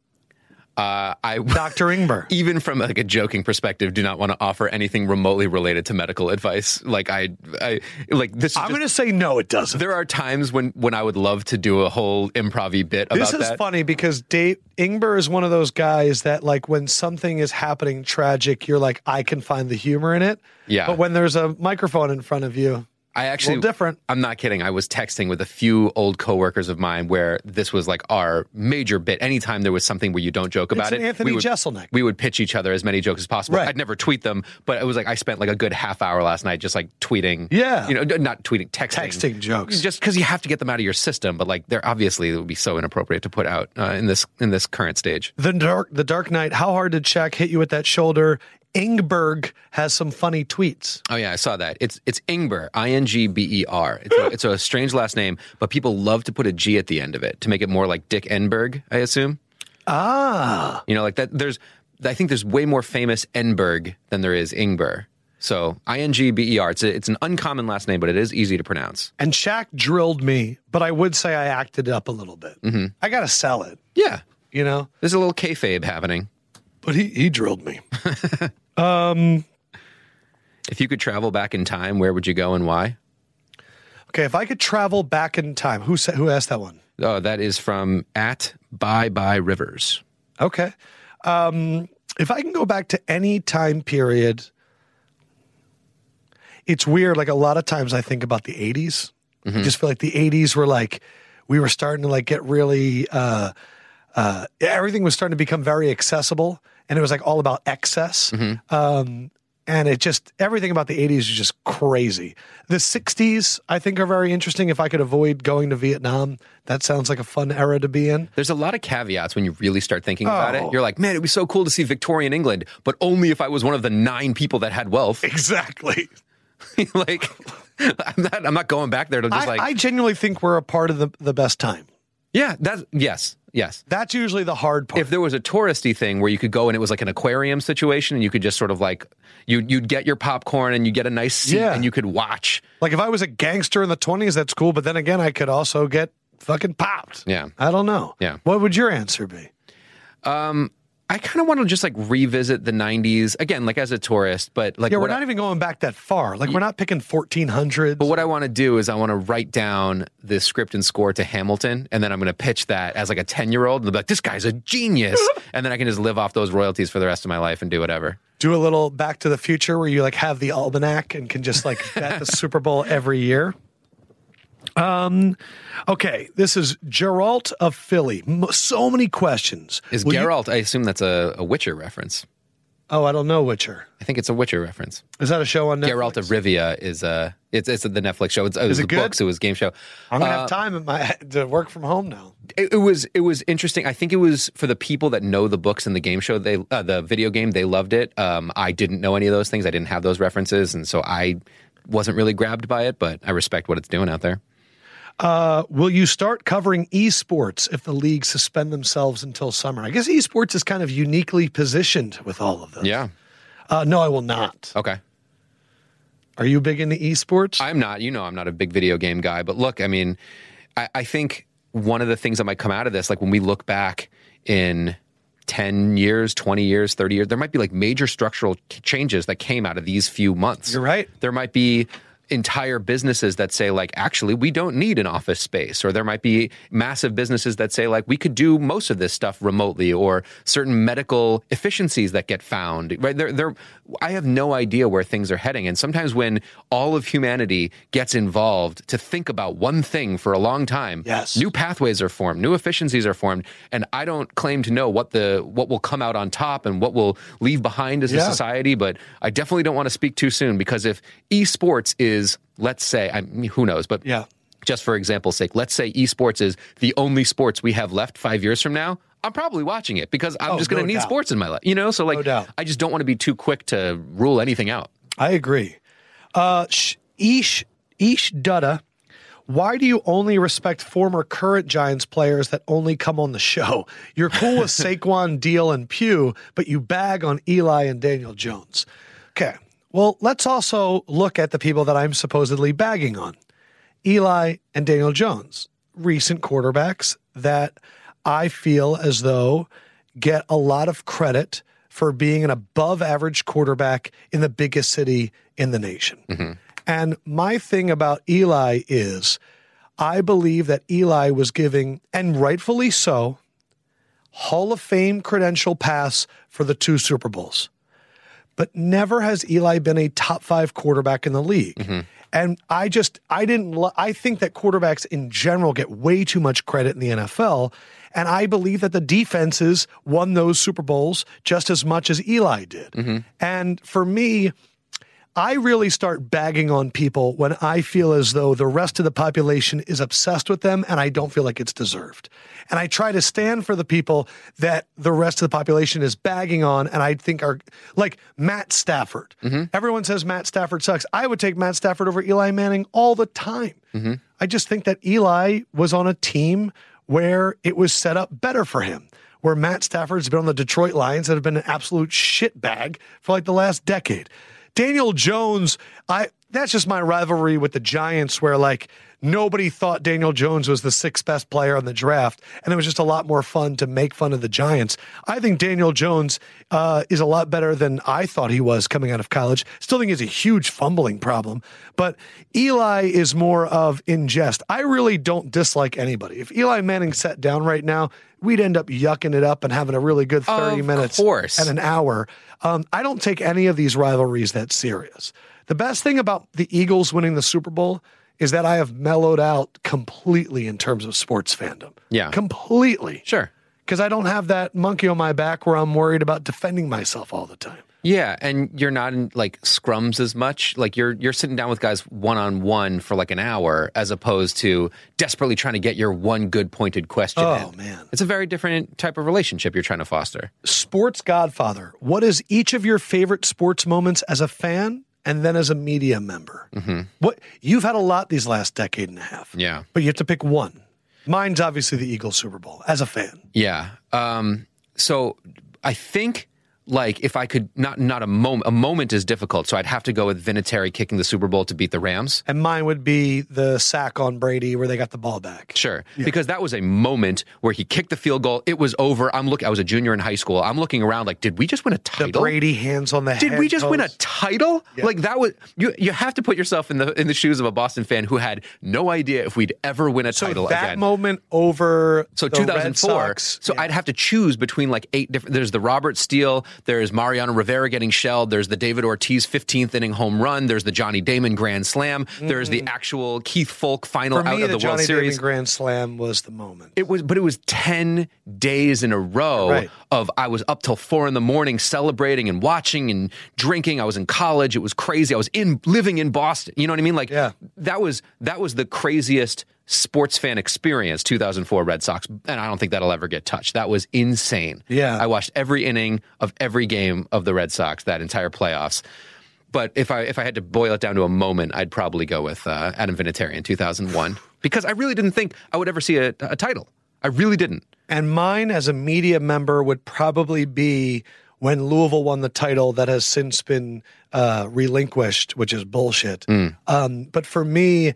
[SPEAKER 2] Uh, I
[SPEAKER 1] Dr. Ingber.
[SPEAKER 2] even from like a joking perspective, do not want to offer anything remotely related to medical advice. Like I, I like this. Is
[SPEAKER 1] I'm
[SPEAKER 2] just-
[SPEAKER 1] going to say no, it doesn't.
[SPEAKER 2] there are times when when I would love to do a whole improv bit about
[SPEAKER 1] This is
[SPEAKER 2] that.
[SPEAKER 1] funny because Dave Ingber is one of those guys that like when something is happening tragic, you're like, I can find the humor in it.
[SPEAKER 2] Yeah.
[SPEAKER 1] But when there's a microphone in front of you,
[SPEAKER 2] I actually
[SPEAKER 1] little different.
[SPEAKER 2] I'm not kidding. I was texting with a few old coworkers of mine where this was like our major bit. Anytime there was something where you don't joke about
[SPEAKER 1] an
[SPEAKER 2] it,
[SPEAKER 1] Anthony
[SPEAKER 2] we would,
[SPEAKER 1] Jeselnik.
[SPEAKER 2] We would pitch each other as many jokes as possible.
[SPEAKER 1] Right.
[SPEAKER 2] I'd never tweet them, but it was like I spent like a good half hour last night just like tweeting.
[SPEAKER 1] Yeah.
[SPEAKER 2] you know, n- not tweeting, texting,
[SPEAKER 1] Texting jokes.
[SPEAKER 2] Just because you have to get them out of your system, but like they're obviously it would be so inappropriate to put out uh, in this in this current stage.
[SPEAKER 1] The Dark The Dark Knight, how hard did Shaq hit you with that shoulder? Ingberg has some funny tweets.
[SPEAKER 2] Oh yeah, I saw that. It's it's Ingber, I N G B E R. It's a, it's a strange last name, but people love to put a G at the end of it to make it more like Dick Enberg. I assume.
[SPEAKER 1] Ah.
[SPEAKER 2] You know, like that. There's I think there's way more famous Enberg than there is Ingber. So I N G B E R. It's a, it's an uncommon last name, but it is easy to pronounce.
[SPEAKER 1] And Shaq drilled me, but I would say I acted it up a little bit. I got to sell it,
[SPEAKER 2] Yeah,
[SPEAKER 1] you know?
[SPEAKER 2] there's a little kayfabe happening.
[SPEAKER 1] But he, he drilled me.
[SPEAKER 2] If you could travel back in time, where would you go and why?
[SPEAKER 1] Okay, if I could travel back in time, who said, who asked that one?
[SPEAKER 2] Oh, that is from at Bye Bye Rivers.
[SPEAKER 1] Okay. Um, if I can go back to any time period, it's weird. Like a lot of times I think about the 80s. I just feel like the 80s were like, we were starting to like get really, uh, uh, everything was starting to become very accessible. And it was like all about excess. Um, and it just, everything about the 80s was just crazy. The 60s, I think, are very interesting. If I could avoid going to Vietnam, that sounds like a fun era to be in.
[SPEAKER 2] There's a lot of caveats when you really start thinking about
[SPEAKER 1] Oh.
[SPEAKER 2] it. You're like, man, it'd be so cool to see Victorian England, but only if I was one of the nine people that had wealth.
[SPEAKER 1] Exactly.
[SPEAKER 2] like, I'm not, I'm not going back there to just
[SPEAKER 1] I,
[SPEAKER 2] like,
[SPEAKER 1] I genuinely think we're a part of the, the best time.
[SPEAKER 2] yeah, that's, yes, yes.
[SPEAKER 1] That's usually the hard part.
[SPEAKER 2] If there was a touristy thing where you could go and it was like an aquarium situation and you could just sort of like, you'd, you'd get your popcorn and you get a nice seat
[SPEAKER 1] Yeah.
[SPEAKER 2] and you could watch.
[SPEAKER 1] like if I was a gangster in the twenties, that's cool. But then again, I could also get fucking popped.
[SPEAKER 2] Yeah.
[SPEAKER 1] I don't know.
[SPEAKER 2] Yeah.
[SPEAKER 1] What would your answer be?
[SPEAKER 2] I kind of want to just like revisit the 90s again, like as a tourist, but like,
[SPEAKER 1] Yeah, we're
[SPEAKER 2] what I-
[SPEAKER 1] not even going back that far. Like we're not picking fourteen hundreds.
[SPEAKER 2] But what I want to do is I want to write down the script and score to Hamilton, and then I'm going to pitch that as like a ten year old, and they'll be like, "This guy's a genius," and then I can just live off those royalties for the rest of my life and do whatever.
[SPEAKER 1] Do a little Back to the Future where you like have the almanac and can just like bet the Super Bowl every year. Um, okay, this is Geralt of Philly. M- So many questions.
[SPEAKER 2] Is
[SPEAKER 1] Will you-
[SPEAKER 2] Geralt? I assume that's a, a Witcher reference.
[SPEAKER 1] oh, I don't know Witcher.
[SPEAKER 2] I think it's a Witcher reference.
[SPEAKER 1] Is that a show on Netflix?
[SPEAKER 2] Geralt of Rivia is a it's it's the Netflix show. It's, it was
[SPEAKER 1] it
[SPEAKER 2] the
[SPEAKER 1] good?
[SPEAKER 2] books. It was a game show.
[SPEAKER 1] I'm gonna
[SPEAKER 2] Uh,
[SPEAKER 1] have time in my, to work from home now.
[SPEAKER 2] it, it was it was interesting. I think it was for the people that know the books and the game show. They uh, the video game. They loved it. Um, I didn't know any of those things. I didn't have those references, and so I wasn't really grabbed by it. But I respect what it's doing out there.
[SPEAKER 1] Uh, will you start covering esports if the league suspend themselves until summer? I guess esports is kind of uniquely positioned with all of this.
[SPEAKER 2] Yeah.
[SPEAKER 1] Uh, no, I will not.
[SPEAKER 2] Okay.
[SPEAKER 1] Are you big into esports?
[SPEAKER 2] I'm not. You know, I'm not a big video game guy. But look, I mean, I, I think one of the things that might come out of this, like when we look back in 10 years, 20 years, 30 years, there might be like major structural t- changes that came out of these few months.
[SPEAKER 1] You're right.
[SPEAKER 2] There might be entire businesses that say like actually we don't need an office space or there might be massive businesses that say like we could do most of this stuff remotely or certain medical efficiencies that get found right there there I have no idea where things are heading and sometimes when all of humanity gets involved to think about one thing for a long time
[SPEAKER 1] Yes.
[SPEAKER 2] new pathways are formed new efficiencies are formed and I don't claim to know what the what will come out on top and what will leave behind as a
[SPEAKER 1] Yeah.
[SPEAKER 2] society society, but I definitely don't want to speak too soon because if esports is, let's say, I mean, who knows, but
[SPEAKER 1] Yeah.
[SPEAKER 2] just for example's sake, let's say esports is the only sports we have left five years from now. I'm probably watching it because I'm
[SPEAKER 1] Oh,
[SPEAKER 2] just going to
[SPEAKER 1] no
[SPEAKER 2] need
[SPEAKER 1] doubt.
[SPEAKER 2] sports in my life, you know. So like,
[SPEAKER 1] No doubt.
[SPEAKER 2] I just don't want to be too quick to rule anything out.
[SPEAKER 1] I agree. Uh, Sh- Ish Ish Dutta, why do you only respect former current Giants players that only come on the show? You're cool with Saquon, Deal, and Pew, but you bag on Eli and Daniel Jones. Okay. Well, let's also look at the people that I'm supposedly bagging on. Eli and Daniel Jones, recent quarterbacks that I feel as though get a lot of credit for being an above average quarterback in the biggest city in the nation. And my thing about Eli is I believe that Eli was giving, and rightfully so, Hall of Fame credential pass for the two Super Bowls but never has Eli been a top five quarterback in the league. And I just, I didn't, lo- I think that quarterbacks in general get way too much credit in the NFL. And I believe that the defenses won those Super Bowls just as much as Eli did. And for me, I really start bagging on people when I feel as though the rest of the population is obsessed with them and I don't feel like it's deserved. And I try to stand for the people that the rest of the population is bagging on and I think are like Matt Stafford. Everyone says Matt Stafford sucks. I would take Matt Stafford over Eli Manning all the time. I just think that Eli was on a team where it was set up better for him. Where Matt Stafford's been on the Detroit Lions that have been an absolute shitbag for like the last decade. Daniel Jones, I that's just my rivalry with the Giants, where like nobody thought Daniel Jones was the sixth best player on the draft, and it was just a lot more fun to make fun of the Giants. I think Daniel Jones uh, is a lot better than I thought he was coming out of college. Still think he's a huge fumbling problem, but Eli is more of ingest. I really don't dislike anybody. If Eli Manning sat down right now, we'd end up yucking it up and having a really good thirty
[SPEAKER 2] Of
[SPEAKER 1] minutes
[SPEAKER 2] course.
[SPEAKER 1] and an hour. Um, I don't take any of these rivalries that serious. The best thing about the Eagles winning the Super Bowl is that I have mellowed out completely in terms of sports fandom.
[SPEAKER 2] Yeah.
[SPEAKER 1] Completely.
[SPEAKER 2] Sure.
[SPEAKER 1] Because I don't have that monkey on my back where I'm worried about defending myself all the time.
[SPEAKER 2] Yeah, and you're not in like scrums as much. Like you're you're sitting down with guys one on one for like an hour, as opposed to desperately trying to get your one good pointed question.
[SPEAKER 1] Oh,
[SPEAKER 2] in.
[SPEAKER 1] man.
[SPEAKER 2] it's a very different type of relationship you're trying to foster.
[SPEAKER 1] Sports Godfather, what is each of your favorite sports moments as a fan and then as a media member? What you've had a lot these last decade and a half.
[SPEAKER 2] Mm-hmm. Yeah.
[SPEAKER 1] But you have to pick one. Mine's obviously the Eagles Super Bowl as a fan.
[SPEAKER 2] Yeah. Um, so I think like if I could not not a moment a moment is difficult, so I'd have to go with Vinatieri kicking the Super Bowl to beat the Rams.
[SPEAKER 1] And mine would be the sack on Brady where they got the ball back.
[SPEAKER 2] Sure, because that was a moment where he kicked the field goal. It was over. I'm look. I was a junior in high school. I'm looking around like, did we just win a
[SPEAKER 1] The
[SPEAKER 2] title?
[SPEAKER 1] Brady hands on the head.
[SPEAKER 2] Did we just win a
[SPEAKER 1] post.
[SPEAKER 2] title? Like that was you. You have to put yourself in the in the shoes of a Boston fan who had no idea if we'd ever win a title
[SPEAKER 1] that
[SPEAKER 2] again.
[SPEAKER 1] moment over
[SPEAKER 2] So
[SPEAKER 1] the Red
[SPEAKER 2] 2004.
[SPEAKER 1] Sox.
[SPEAKER 2] So I'd have to choose between like eight different. There's the Robert Steele. There's Mariano Rivera getting shelled. There's the David Ortiz 15th inning home run. There's the Johnny Damon grand slam. There's the actual Keith Folk final
[SPEAKER 1] Mm-hmm. For me,
[SPEAKER 2] out
[SPEAKER 1] the,
[SPEAKER 2] of the
[SPEAKER 1] Johnny
[SPEAKER 2] World Series.
[SPEAKER 1] Damon Grand Slam was the moment.
[SPEAKER 2] It was, but it was ten days in a row
[SPEAKER 1] Right.
[SPEAKER 2] of I was up till four in the morning celebrating and watching and drinking. I was in college. It was crazy. I was in living in Boston. You know what I mean? Like
[SPEAKER 1] Yeah.
[SPEAKER 2] that was that was the craziest sports fan experience. Two thousand four Red Sox, and I don't think that'll ever get touched. That was insane.
[SPEAKER 1] Yeah.
[SPEAKER 2] I watched every inning of every game of the Red Sox that entire playoffs. But if I if I had to boil it down to a moment, I'd probably go with uh, Adam Vinatieri in 2001 because I really didn't think I would ever see a, a title. I really didn't.
[SPEAKER 1] And mine as a media member would probably be when Louisville won the title that has since been uh, relinquished, which is bullshit. Um, but for me,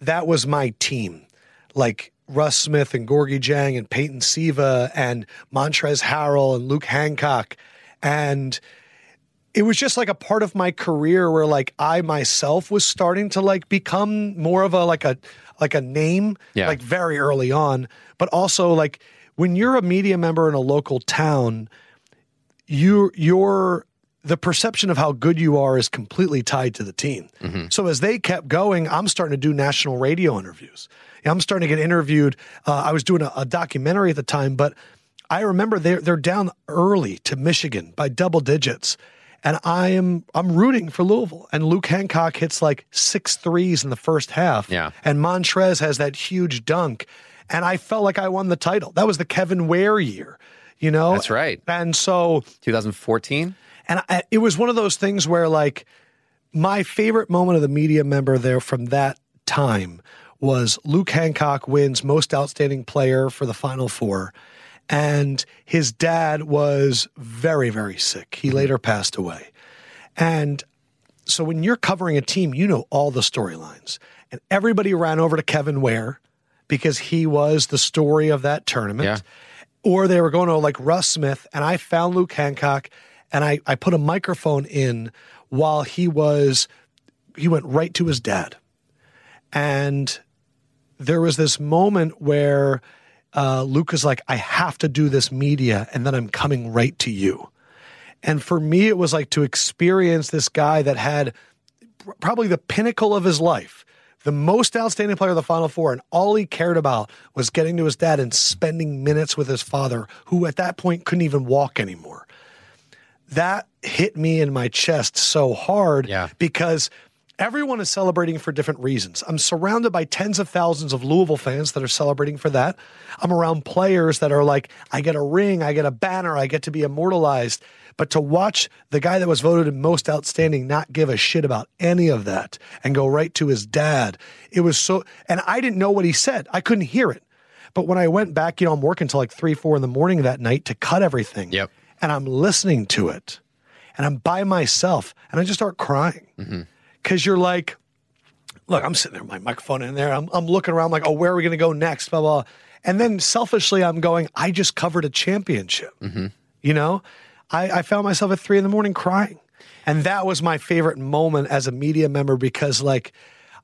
[SPEAKER 1] that was my team. Like Russ Smith and Gorgie Jang and Peyton Siva and Montrez Harrell and Luke Hancock. And it was just like a part of my career where like I myself was starting to like become more of a like a like a name
[SPEAKER 2] Yeah.
[SPEAKER 1] like very early on but also like when you're a media member in a local town you your the perception of how good you are is completely tied to the team.
[SPEAKER 2] Mm-hmm.
[SPEAKER 1] So as they kept going, I'm starting to do national radio interviews. I'm starting to get interviewed. Uh, I was doing a, a documentary at the time, but I remember they're they're down early to Michigan by double digits, and I am I'm rooting for Louisville. And Luke Hancock hits like six threes in the first half,
[SPEAKER 2] Yeah.
[SPEAKER 1] and Montrez has that huge dunk, and I felt like I won the title. That was the Kevin Ware year, you know.
[SPEAKER 2] That's right.
[SPEAKER 1] And so
[SPEAKER 2] 2014.
[SPEAKER 1] and I, it was one of those things where like my favorite moment of the media member there from that time was Luke Hancock wins most outstanding player for the final four and his dad was very very sick he later passed away and so when you're covering a team, you know all the storylines. And everybody ran over to Kevin Ware because he was the story of that tournament.
[SPEAKER 2] Yeah.
[SPEAKER 1] Or they were going to like Russ Smith. And I found Luke Hancock and I, I put a microphone in while he was, he went right to his dad. And there was this moment where uh, Luke is like, I have to do this media and then I'm coming right to you. And for me, it was like to experience this guy that had pr- probably the pinnacle of his life, the most outstanding player of the Final Four, and all he cared about was getting to his dad and spending minutes with his father, who at that point couldn't even walk anymore. That hit me in my chest so hard
[SPEAKER 2] Yeah.
[SPEAKER 1] because everyone is celebrating for different reasons. I'm surrounded by tens of thousands of Louisville fans that are celebrating for that. I'm around players that are like, I get a ring, I get a banner, I get to be immortalized. But to watch the guy that was voted most outstanding not give a shit about any of that and go right to his dad, it was so. And I didn't know what he said, I couldn't hear it. But when I went back, you know, I'm working till like three, four in the morning that night to cut everything.
[SPEAKER 2] Yep.
[SPEAKER 1] And I'm listening to it and I'm by myself and I just start crying because you're like, look, I'm sitting there, with my microphone in there. I'm, I'm looking around like, oh, where are we going to go next? Blah, blah. And then selfishly, I'm going, I just covered a championship. You know, I, I found myself at three in the morning crying. And that was my favorite moment as a media member because, like,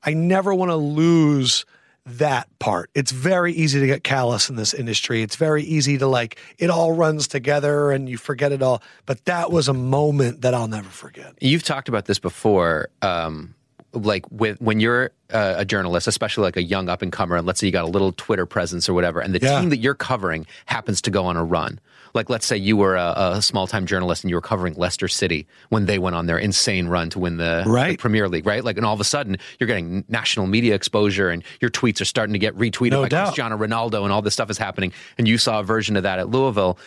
[SPEAKER 1] I never want to lose that part. It's very easy to get callous in this industry. It's very easy to, like, it all runs together and you forget it all. But that was a moment that I'll never forget.
[SPEAKER 2] You've talked about this before, um, like with when you're uh, a journalist, especially like a young up and comer, and let's say you got a little Twitter presence or whatever, and the
[SPEAKER 1] Yeah.
[SPEAKER 2] team that you're covering happens to go on a run. Like let's say you were a, a small time journalist and you were covering Leicester City when they went on their insane run to win the, the
[SPEAKER 1] Right.
[SPEAKER 2] Premier League, right? Like, and all of a sudden you're getting national media exposure, and your tweets are starting to get retweeted
[SPEAKER 1] No
[SPEAKER 2] by
[SPEAKER 1] doubt.
[SPEAKER 2] Cristiano Ronaldo, and all this stuff is happening. And you saw a version of that at Louisville.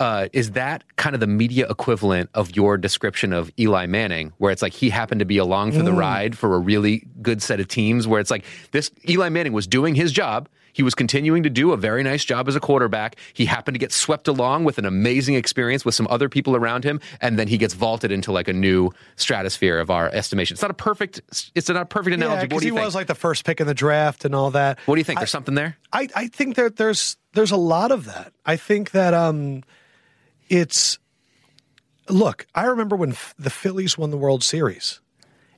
[SPEAKER 2] Uh, is that kind of the media equivalent of your description of Eli Manning, where it's like he happened to be along for the
[SPEAKER 1] Mm.
[SPEAKER 2] ride for a really good set of teams, where it's like this Eli Manning was doing his job. He was continuing to do a very nice job as a quarterback. He happened to get swept along with an amazing experience with some other people around him, and then he gets vaulted into like a new stratosphere of our estimation. It's not a perfect. It's not a perfect analogy. but
[SPEAKER 1] because
[SPEAKER 2] what do
[SPEAKER 1] he
[SPEAKER 2] you think?
[SPEAKER 1] was like the first pick in the draft and all that.
[SPEAKER 2] what do you think? There's something there.
[SPEAKER 1] I, I think that there's there's a lot of that. I think that um, it's look. I remember when F- the Phillies won the World Series,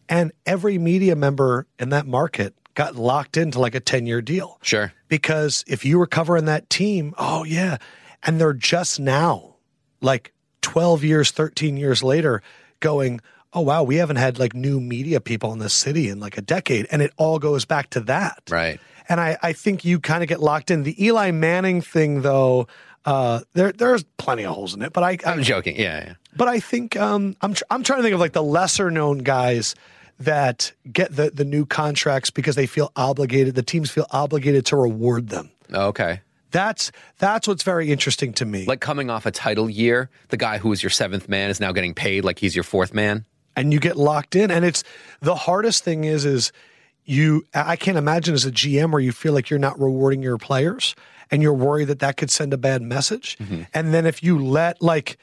[SPEAKER 1] and every media member in that market got locked into like a ten year deal.
[SPEAKER 2] Sure.
[SPEAKER 1] Because if you were covering that team, oh yeah, and they're just now like 12 years, 13 years later going, oh, wow, we haven't had like new media people in this city in like a decade. And it all goes back to that.
[SPEAKER 2] Right.
[SPEAKER 1] And I, I think you kind of get locked in. The Eli Manning thing, though, uh, there there's plenty of holes in it, but I, I
[SPEAKER 2] I'm joking. Yeah. yeah.
[SPEAKER 1] but I think um, I'm tr- I'm trying to think of like the lesser known guys that get the the new contracts because they feel obligated. The teams feel obligated to reward them.
[SPEAKER 2] Oh, okay.
[SPEAKER 1] That's that's what's very interesting to me.
[SPEAKER 2] Like coming off a title year, the guy who was your seventh man is now getting paid like he's your fourth man.
[SPEAKER 1] and you get locked in, and it's the hardest thing is is you. I can't imagine as a GM where you feel like you're not rewarding your players, and you're worried that that could send a bad message. And then if you let like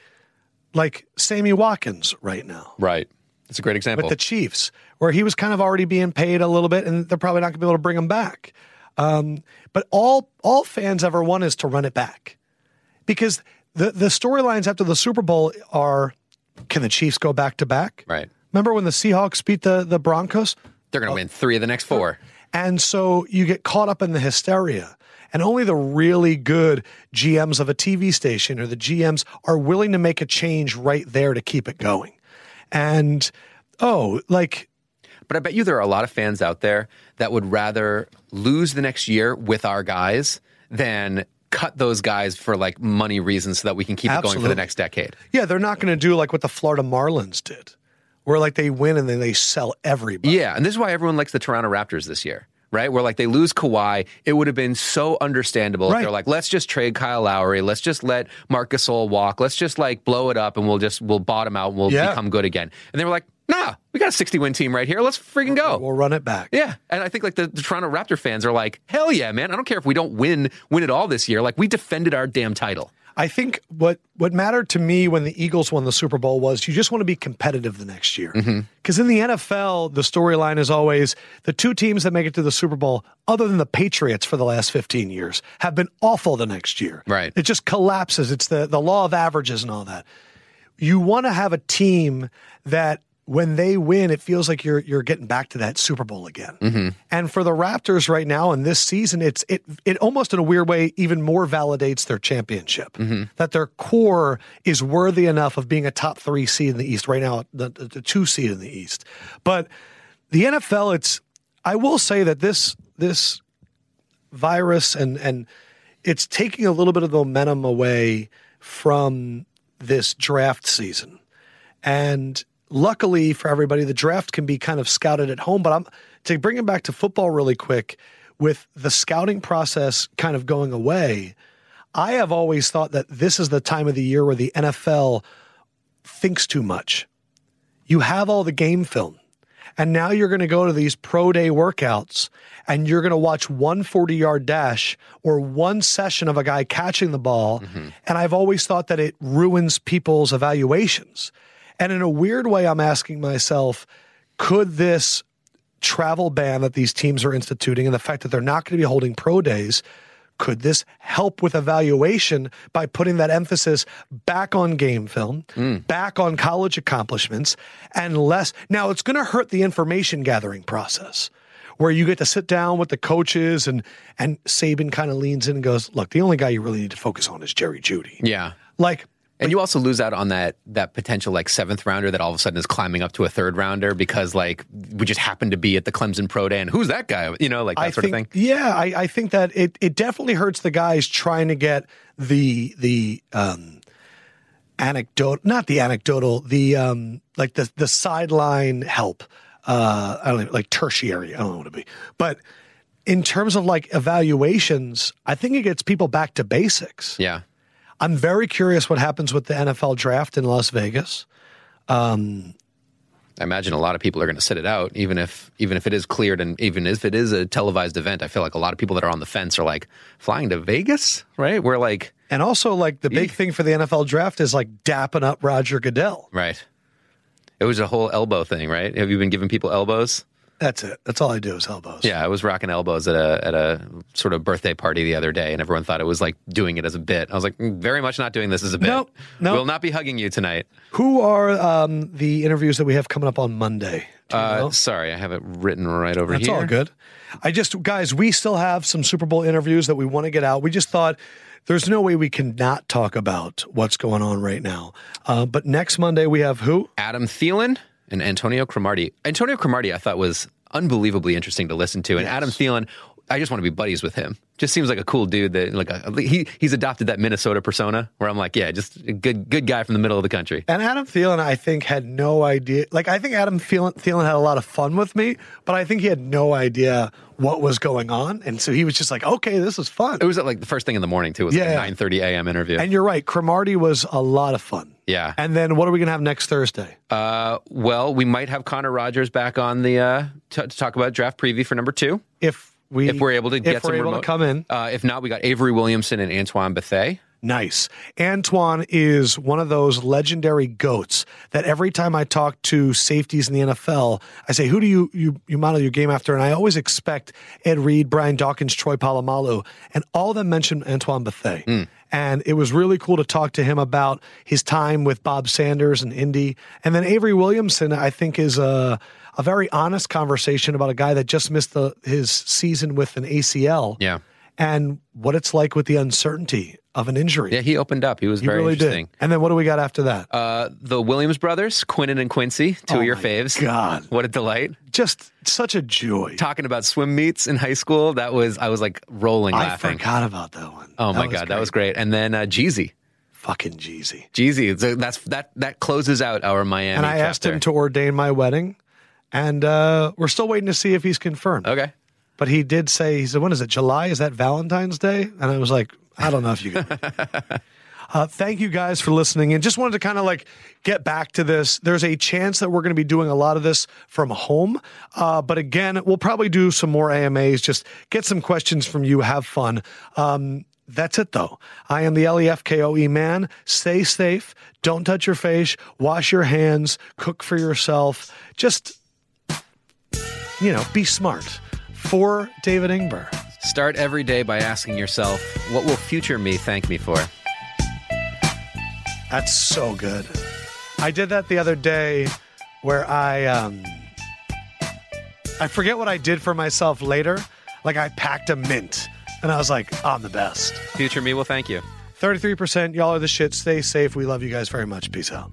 [SPEAKER 1] like Sammy Watkins right now.
[SPEAKER 2] Right. That's a great example.
[SPEAKER 1] the Chiefs, where he was kind of already being paid a little bit, and they're probably not going to be able to bring him back. Um, but all all fans ever want is to run it back, because the the storylines after the Super Bowl are: Can the Chiefs go back to back?
[SPEAKER 2] right.
[SPEAKER 1] Remember when the Seahawks beat the the Broncos?
[SPEAKER 2] They're
[SPEAKER 1] Oh.
[SPEAKER 2] going to win three of the next four.
[SPEAKER 1] And so you get caught up in the hysteria. And only the really good GMs of a TV station or the GMs are willing to make a change right there to keep it going. And oh, like
[SPEAKER 2] But I bet you there are a lot of fans out there that would rather lose the next year with our guys than cut those guys for like money reasons so that we can keep it going for the
[SPEAKER 1] Absolutely.
[SPEAKER 2] next decade.
[SPEAKER 1] Yeah, they're not going to do like what the Florida Marlins did, where like they win and then they sell everybody.
[SPEAKER 2] Yeah, and this is why everyone likes the Toronto Raptors this year, right? Where like they lose Kawhi, it would have been so understandable if
[SPEAKER 1] Right.
[SPEAKER 2] they're like, let's just trade Kyle Lowry, let's just let Marc Gasol walk, let's just like blow it up, and we'll just we'll bottom out and we'll
[SPEAKER 1] Yeah.
[SPEAKER 2] become good again. And they were like, nah, we got a 60 win team right here, let's freaking go.
[SPEAKER 1] We'll run it back.
[SPEAKER 2] Yeah, and I think like the, the Toronto Raptor fans are like, hell yeah, man! I don't care if we don't win win it all this year. Like we defended our damn title.
[SPEAKER 1] I think what what mattered to me when the Eagles won the Super Bowl was you just want to be competitive the next year. Because in the NFL, the storyline is always the two teams that make it to the Super Bowl, other than the Patriots for the last 15 years, have been awful the next year.
[SPEAKER 2] Right.
[SPEAKER 1] It just collapses. It's the, the law of averages and all that. You want to have a team that when they win, it feels like you're you're getting back to that Super Bowl again. And for the Raptors right now in this season, it's it it almost in a weird way even more validates their championship that their core is worthy enough of being a top three seed in the East right now, the, the the two seed in the East. But the NFL, it's I will say that this this virus and and it's taking a little bit of the momentum away from this draft season. And luckily for everybody, the draft can be kind of scouted at home. But I'm to bring it back to football really quick, with the scouting process kind of going away, I have always thought that this is the time of the year where the NFL thinks too much. You have all the game film. And now you're going to go to these pro day workouts and you're going to watch one 40 yard dash or one session of a guy catching the ball. And I've always thought that it ruins people's evaluations. And in a weird way, I'm asking myself, could this travel ban that these teams are instituting and the fact that they're not going to be holding pro days, could this help with evaluation by putting that emphasis back on game film, back on college accomplishments, and less? Now, it's going to hurt the information gathering process. Where you get to sit down with the coaches and and Saban kind of leans in and goes, look, the only guy you really need to focus on is Jerry Judy.
[SPEAKER 2] Yeah,
[SPEAKER 1] Like
[SPEAKER 2] and you also lose out on that that potential like seventh rounder that all of a sudden is climbing up to a third rounder because like we just happened to be at the Clemson Pro Day and who's that guy? You know, like that
[SPEAKER 1] I
[SPEAKER 2] sort
[SPEAKER 1] think,
[SPEAKER 2] of thing.
[SPEAKER 1] Yeah, I, I think that it, it definitely hurts the guys trying to get the the um, anecdote, not the anecdotal, the um, like the the sideline help. Uh, I don't know, like tertiary. I don't know what it'd be, but in terms of like evaluations, I think it gets people back to basics.
[SPEAKER 2] Yeah,
[SPEAKER 1] I'm very curious what happens with the NFL draft in Las Vegas.
[SPEAKER 2] I imagine a lot of people are going to sit it out, even if even if it is cleared and even if it is a televised event. I feel like a lot of people that are on the fence are like flying to Vegas, right? We're like,
[SPEAKER 1] And also, like the big thing for the NFL draft is like dapping up Roger Goodell.
[SPEAKER 2] right. It was a whole elbow thing, right? Have you been giving people elbows?
[SPEAKER 1] That's it. That's all I do is elbows.
[SPEAKER 2] Yeah, I was rocking elbows at a at a sort of birthday party the other day, and everyone thought it was like doing it as a bit. I was like, "Mm, very much not doing this as a bit.
[SPEAKER 1] Nope, nope.
[SPEAKER 2] We'll not be hugging you tonight.
[SPEAKER 1] Who are um, the interviews that we have coming up on Monday? Do you
[SPEAKER 2] Uh,
[SPEAKER 1] know?
[SPEAKER 2] Sorry, I have it written right over
[SPEAKER 1] That's
[SPEAKER 2] here.
[SPEAKER 1] all good. I just, guys, we still have some Super Bowl interviews that we want to get out. We just thought there's no way we can not talk about what's going on right now. Uh, but next Monday we have who?
[SPEAKER 2] Adam Thielen and Antonio Cromartie. Antonio Cromartie, I thought was unbelievably interesting to listen to, and Adam Thielen. I just want to be buddies with him. Just seems like a cool dude that like a, he he's adopted that Minnesota persona where I'm like, yeah, just a good good guy from the middle of the country.
[SPEAKER 1] And Adam Thielen, I think, had no idea. Like, I think Adam Thielen, Thielen had a lot of fun with me, but I think he had no idea what was going on. And so he was just like, okay, this is fun.
[SPEAKER 2] It was at like the first thing in the morning too. It was
[SPEAKER 1] Yeah.
[SPEAKER 2] like a 9:30 a.m. interview.
[SPEAKER 1] And you're right. Cromartie was a lot of fun.
[SPEAKER 2] yeah.
[SPEAKER 1] And then what are we going to have next Thursday?
[SPEAKER 2] Uh, well, we might have Connor Rogers back on the uh, t- to talk about draft preview for number two.
[SPEAKER 1] If we
[SPEAKER 2] If we're able to
[SPEAKER 1] if
[SPEAKER 2] get
[SPEAKER 1] we're
[SPEAKER 2] some
[SPEAKER 1] able
[SPEAKER 2] remote-
[SPEAKER 1] to come in,
[SPEAKER 2] Uh, if not, we got Avery Williamson and Antoine Bethea.
[SPEAKER 1] Nice. Antoine is one of those legendary goats that every time I talk to safeties in the NFL, I say, "Who do you you, you model your game after?" And I always expect Ed Reed, Brian Dawkins, Troy Polamalu, and all of them mentioned Antoine Bethea.
[SPEAKER 2] Hmm.
[SPEAKER 1] And it was really cool to talk to him about his time with Bob Sanders and Indy, and then Avery Williamson. I think is a a very honest conversation about a guy that just missed the, his season with an ACL
[SPEAKER 2] Yeah,
[SPEAKER 1] and what it's like with the uncertainty of an injury.
[SPEAKER 2] yeah, he opened up. He was
[SPEAKER 1] you
[SPEAKER 2] very
[SPEAKER 1] really
[SPEAKER 2] interesting.
[SPEAKER 1] did. And then what do we got after that?
[SPEAKER 2] Uh, the Williams brothers, Quinnen and Quincy, two of your faves.
[SPEAKER 1] Oh God,
[SPEAKER 2] What a delight!
[SPEAKER 1] just such a joy.
[SPEAKER 2] Talking about swim meets in high school, that was I was like rolling
[SPEAKER 1] I
[SPEAKER 2] laughing.
[SPEAKER 1] forgot about that one.
[SPEAKER 2] Oh my
[SPEAKER 1] was
[SPEAKER 2] god, that
[SPEAKER 1] great.
[SPEAKER 2] was great. And then uh, Jeezy,
[SPEAKER 1] fucking Jeezy.
[SPEAKER 2] Jeezy. So that's that that closes out our Miami.
[SPEAKER 1] And I asked him to ordain my wedding, and uh, we're still waiting to see if he's confirmed.
[SPEAKER 2] Okay.
[SPEAKER 1] But he did say, he said, when is it? July? Is that Valentine's Day? And I was like, I don't know if you can. uh, thank you guys for listening. And just wanted to kind of like get back to this. There's a chance that we're going to be doing a lot of this from home. Uh, but again, we'll probably do some more AMAs, just get some questions from you, have fun. Um, that's it though. I am the E LEFKOE man. Stay safe. Don't touch your face. Wash your hands. Cook for yourself. Just you know, be smart. For David Ingber.
[SPEAKER 2] Start every day by asking yourself, what will future me thank me for?
[SPEAKER 1] That's so good. I did that the other day where I um I forget what I did for myself later. Like I packed a mint and I was like, I'm the best.
[SPEAKER 2] Future me will thank you.
[SPEAKER 1] 33%, y'all are the shit. Stay safe. We love you guys very much. Peace out.